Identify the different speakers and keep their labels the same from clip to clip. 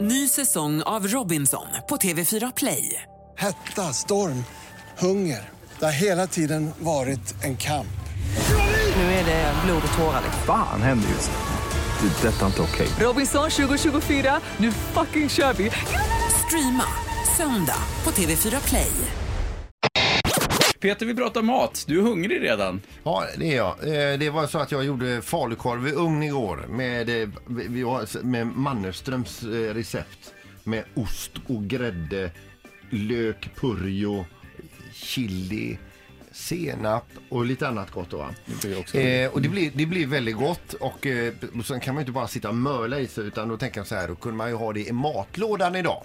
Speaker 1: Ny säsong av Robinson på TV4 Play.
Speaker 2: Hetta, storm, hunger. Det har hela tiden varit en kamp.
Speaker 1: Nu är det blod och tårar. liksom.
Speaker 3: Fan händer just nu. Det. är Detta är inte okej.
Speaker 1: Robinson 2024, nu fucking kör vi! Streama söndag på TV4 Play.
Speaker 4: Peter, vi pratar mat. Du är hungrig redan.
Speaker 5: Ja, det är jag. Eh, Det var så att jag gjorde falukorv i ugn igår med, eh, vi- vi har- med Mannerströms eh, recept. Med ost och grädde, lök, purjo, chili, senap och lite annat gott. Då, va? Eh, och det blir, det blir väldigt gott och, eh, och sen kan man ju inte bara sitta och möla i sig utan då tänker jag så här, då kunde man ju ha det i matlådan idag.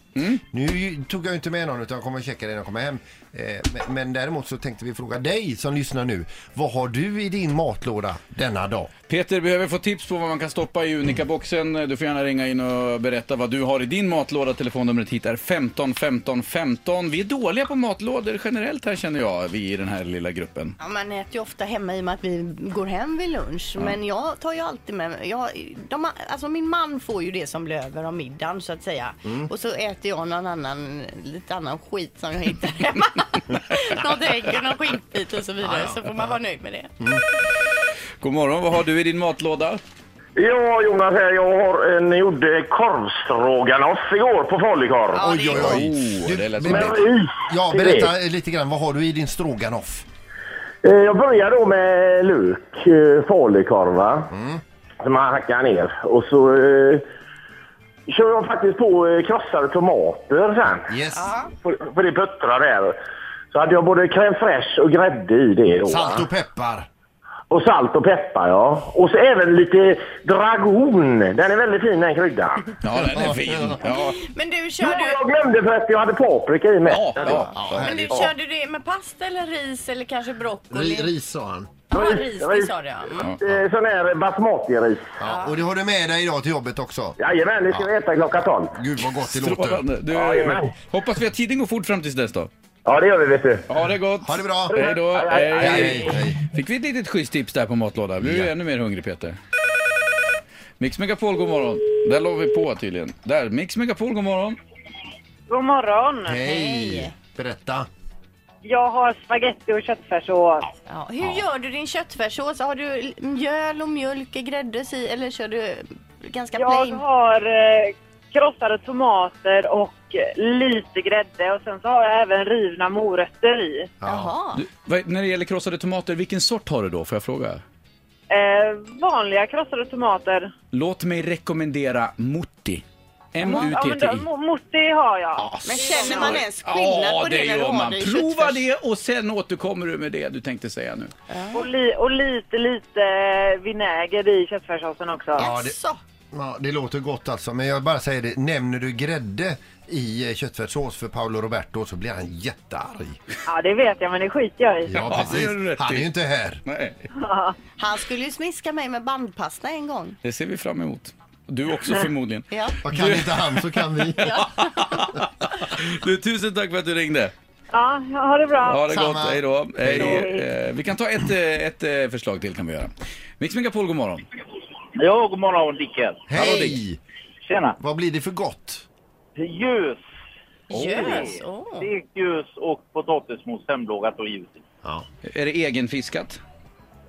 Speaker 5: Nu ju- tog jag ju inte med någon utan jag kommer att checka det när jag kommer hem. Eh, men, men däremot så tänkte vi fråga dig som lyssnar nu, vad har du i din matlåda denna dag?
Speaker 4: Peter behöver få tips på vad man kan stoppa i Unica-boxen. Du får gärna ringa in och berätta vad du har i din matlåda. Telefonnumret hit är 15 15 15. Vi är dåliga på matlådor generellt här känner jag, vi i den här lilla gruppen.
Speaker 6: Ja, man äter ju ofta hemma i och med att vi går hem vid lunch. Men jag tar ju alltid med mig... Jag, de, alltså min man får ju det som blir över av middagen så att säga. Och så äter jag någon annan, lite annan skit som jag hittar hemma. något ägg och någon skinkbit och så vidare. Så får man vara nöjd med det.
Speaker 4: God morgon, vad har du i din matlåda?
Speaker 7: Ja, Jonas här. Jag har en gjord eh, korvstroganoff igår på falukorv.
Speaker 6: Ja, det är gott.
Speaker 4: Oh, det lät
Speaker 5: du-
Speaker 4: bra.
Speaker 7: Men i-
Speaker 5: Ja,
Speaker 7: i
Speaker 5: berätta eh, lite grann, vad har du i din stroganoff?
Speaker 7: det. Eh, Jag börjar då med lök, eh, falukorv va?
Speaker 5: Mm.
Speaker 7: Som man hackar ner. Och så eh, kör jag faktiskt på eh, krossade tomater sen.
Speaker 5: Yes.
Speaker 7: För, för det puttrar där. Så hade jag både crème fraîche och grädde i det då. va?
Speaker 5: Salt och peppar.
Speaker 7: Och salt och peppar ja. Och så även lite dragon. Den är väldigt fin den kryddan.
Speaker 4: Ja, den är fin. Ja,
Speaker 6: Men du,
Speaker 7: Jo,
Speaker 6: kör du,
Speaker 7: jag glömde för att jag hade paprika i med.
Speaker 4: ja, ja.
Speaker 6: men du, kör du det med pasta eller ris eller kanske broccoli?
Speaker 5: Ri- Ris sa han.
Speaker 6: Ja, ris, det sa du ja. Mm.
Speaker 7: Eh, Sån här basmati-ris.
Speaker 5: Ja, och det har du med dig idag till jobbet också.
Speaker 7: Jajamän, det ska vi äta klockan 12.
Speaker 5: Gud vad gott det låter.
Speaker 4: Strålande. Du,
Speaker 7: Jajamän.
Speaker 4: hoppas vi att tiden går fort fram tills dess då.
Speaker 7: Ja, det gör vi vet du.
Speaker 4: Ha det gott.
Speaker 5: Ha det bra.
Speaker 4: Hej då.
Speaker 7: Hej, hej,
Speaker 4: Hej.
Speaker 5: Hej, hej.
Speaker 4: Fick vi ett litet schysst tips där på matlådan? Nu är jag ännu mer hungrig Peter. Mix Megapol, god morgon. Där låg vi på tydligen. Där, Mix Megapol, god morgon.
Speaker 8: God morgon.
Speaker 5: Hej! Berätta.
Speaker 8: Jag har spaghetti och köttfärssås.
Speaker 6: Ja. Hur gör du din köttfärssås? Har du l- mjöl och mjölk, i grädde i eller kör du ganska
Speaker 8: Jag
Speaker 6: plain?
Speaker 8: har eh, krossade tomater och eh, lite grädde och sen så har jag även rivna morötter i.
Speaker 6: Jaha.
Speaker 4: Du, vad, när det gäller krossade tomater, vilken sort har du då? Får jag fråga?
Speaker 8: Eh, vanliga krossade tomater.
Speaker 4: Låt mig rekommendera Mutti.
Speaker 8: Ja, men
Speaker 4: M-U-T-T-I.
Speaker 8: då, mo- morti har jag.
Speaker 6: Men känner man ens skillnad på det, när du
Speaker 4: gör
Speaker 6: har
Speaker 4: man.
Speaker 6: det i
Speaker 4: Prova
Speaker 6: köttfärs?
Speaker 4: det och sen återkommer du med det du tänkte säga nu.
Speaker 8: Och, li, och lite, lite eh, vinäger i köttfärssåsen också.
Speaker 5: Ja, det,
Speaker 6: Så.
Speaker 5: ja, det låter gott alltså. Men jag bara säger det, nämner du grädde i eh, köttfärssås för Paolo Roberto så blir han jättearg.
Speaker 8: Ja, det vet jag, men det skiter jag i.
Speaker 4: Ja, det gör du rätt
Speaker 5: Han är
Speaker 4: i.
Speaker 5: ju inte här.
Speaker 4: Nej,
Speaker 6: Han skulle ju smiska mig med bandpasta en gång.
Speaker 4: det ser vi fram emot. Du också förmodligen.
Speaker 6: Ja.
Speaker 5: Och kan inte han så kan vi.
Speaker 4: Du, tusen tack för att du ringde.
Speaker 8: Ja, ha det bra.
Speaker 4: Ha det
Speaker 5: Samma.
Speaker 4: gott, hej då. Hej,
Speaker 8: Hej.
Speaker 4: eh, vi kan ta ett, eh, ett eh, förslag till kan vi göra. Mix Megapol, god morgon.
Speaker 9: Ja, god morgon Dicken.
Speaker 5: Hej!
Speaker 9: Tjena.
Speaker 5: Vad blir det för gott?
Speaker 9: Ljus.
Speaker 6: Gös. Åh.
Speaker 9: Stekt ljus och potatismos hemlagat och ljus.
Speaker 5: Ja.
Speaker 4: Är det egenfiskat?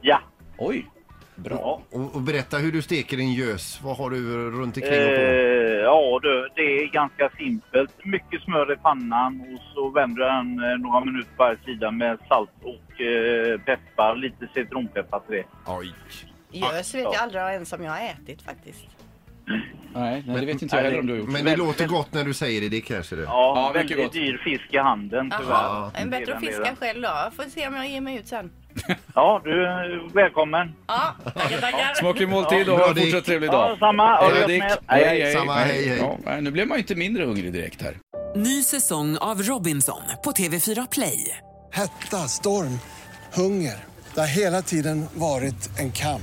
Speaker 9: Ja.
Speaker 4: Oj, bra.
Speaker 5: Och, och berätta hur du steker din gös. Vad har du runt
Speaker 9: Eh,
Speaker 5: omkring och på?
Speaker 9: ja du, det är ganska simpelt. Mycket smör i pannan och så vänder jag den eh, några minuter på varje sida med salt och eh, peppar. Lite citronpeppar till det.
Speaker 5: Oj.
Speaker 6: Gös vet jag aldrig ens om jag har ätit faktiskt.
Speaker 4: Nej, nej, det vet inte jag
Speaker 9: nej,
Speaker 4: heller
Speaker 9: det-
Speaker 4: om du har gjort.
Speaker 5: Men det låter gott när du säger det, det kanske det.
Speaker 9: Ja,
Speaker 4: Ja, mycket
Speaker 9: väldigt
Speaker 4: gott.
Speaker 9: dyr fisk i handen
Speaker 6: Jaha.
Speaker 9: tyvärr.
Speaker 6: En bättre att
Speaker 9: Det är den, det är
Speaker 6: fiska
Speaker 9: den.
Speaker 6: själv då. Jag får se om jag ger mig ut sen.
Speaker 9: Ja, du är välkommen.
Speaker 6: Ja, tackar, tackar.
Speaker 4: Smaklig måltid och
Speaker 5: Bra,
Speaker 4: ha en
Speaker 5: Dick.
Speaker 4: fortsatt trevlig
Speaker 9: Ja,
Speaker 4: dag.
Speaker 9: samma.
Speaker 4: Hej
Speaker 9: Ha det
Speaker 4: då,
Speaker 9: gott
Speaker 4: Dick.
Speaker 9: med.
Speaker 4: Hej, hej.
Speaker 5: Samma, hej, hej.
Speaker 4: Ja, nej, nu blev man ju inte mindre hungrig direkt här.
Speaker 1: Ny säsong av Robinson på TV4 Play.
Speaker 2: Hetta, storm, hunger. Det har hela tiden varit en kamp.